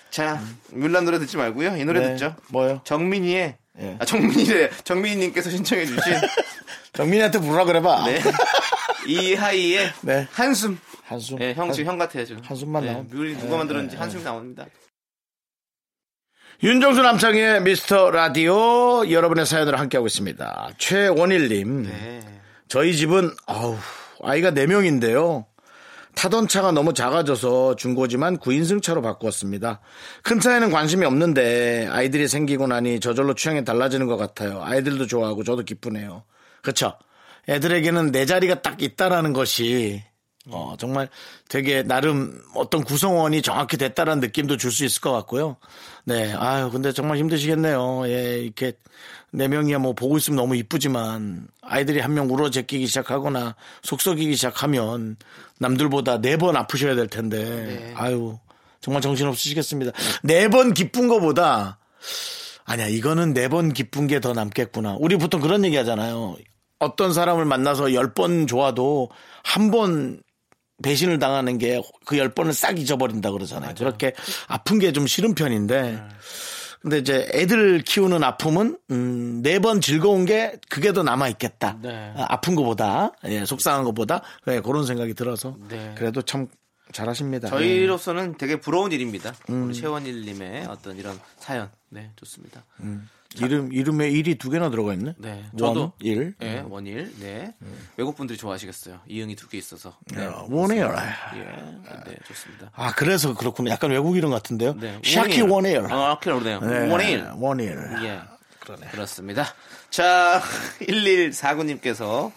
자, 뮬라 노래 듣지 말고요. 이 노래 음. 네, 듣죠. 뭐요? 정민이의 예. 아, 정민이래. 정민이 님께서 신청해 주신 정민이한테 부르라 그래봐. 네. 이하이의 네. 한숨. 한숨. 예, 형 지금 형 같아요, 지금. 한숨만 예, 나오면. 네, 뮬이 누가 만들었는지 한숨이 나옵니다. 음. 윤정수 남창의 미스터 라디오 여러분의 사연으로 함께하고 있습니다. 최원일님. 네. 저희 집은 아우 아이가 4명인데요. 타던 차가 너무 작아져서 중고지만 9인승차로 바꾸었습니다. 큰 차에는 관심이 없는데 아이들이 생기고 나니 저절로 취향이 달라지는 것 같아요. 아이들도 좋아하고 저도 기쁘네요. 그렇죠? 애들에게는 내 자리가 딱 있다라는 것이 어, 정말 되게 나름 어떤 구성원이 정확히 됐다라는 느낌도 줄 수 있을 것 같고요. 네. 아유, 근데 정말 힘드시겠네요. 예, 이렇게 네 명이야 뭐 보고 있으면 너무 이쁘지만 아이들이 한 명 울어 제끼기 시작하거나 속썩이기 시작하면 남들보다 네 번 아프셔야 될 텐데. 아유, 정말 정신 없으시겠습니다. 네 번 기쁜 거보다 아니야, 이거는 네 번 기쁜 게 더 남겠구나. 우리 보통 그런 얘기 하잖아요. 어떤 사람을 만나서 열 번 좋아도 한 번 배신을 당하는 게 그 열 번을 싹 잊어버린다 그러잖아요. 그렇게 아픈 게 좀 싫은 네. 편인데. 근데 이제 애들 키우는 아픔은 음, 네 번 즐거운 게 그게 더 남아 있겠다. 네. 아, 아픈 거보다 예, 속상한 거보다 예, 그런 생각이 들어서 네. 그래도 참 잘하십니다. 예. 저희로서는 되게 부러운 일입니다. 음. 우리 최원일님의 어떤 이런 사연. 네, 좋습니다. 음. 예. 이름 이름에 일이 두 개나 들어가 있네. 네, 저도 저도. 일. 음. 네, 원일. 네. 외국 분들이 좋아하시겠어요. 이응이 두 개 있어서. 네. 원해요. 예. 네, 좋습니다. 아 그래서 그렇군요. 약간 외국 이름 같은데요. 네. 샤키 원해요. 아, 그러네요 네, 원일. 원일. 예. 그렇습니다 자, 1149님께서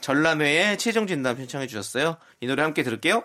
전람회에 최종 진단 신청해 주셨어요. 이 노래 함께 들을게요.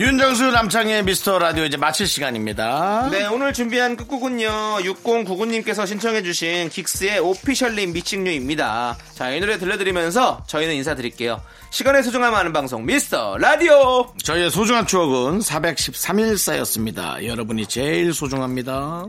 윤정수 남창의 미스터 라디오 이제 마칠 시간입니다. 네, 오늘 준비한 끝곡은요. 6099님께서 신청해주신 긱스의 오피셜리 미칭류입니다. 자, 이 노래 들려드리면서 저희는 인사드릴게요. 시간의 소중함 아는 방송 미스터 라디오. 저희의 소중한 추억은 413일 쌓였습니다. 여러분이 제일 소중합니다.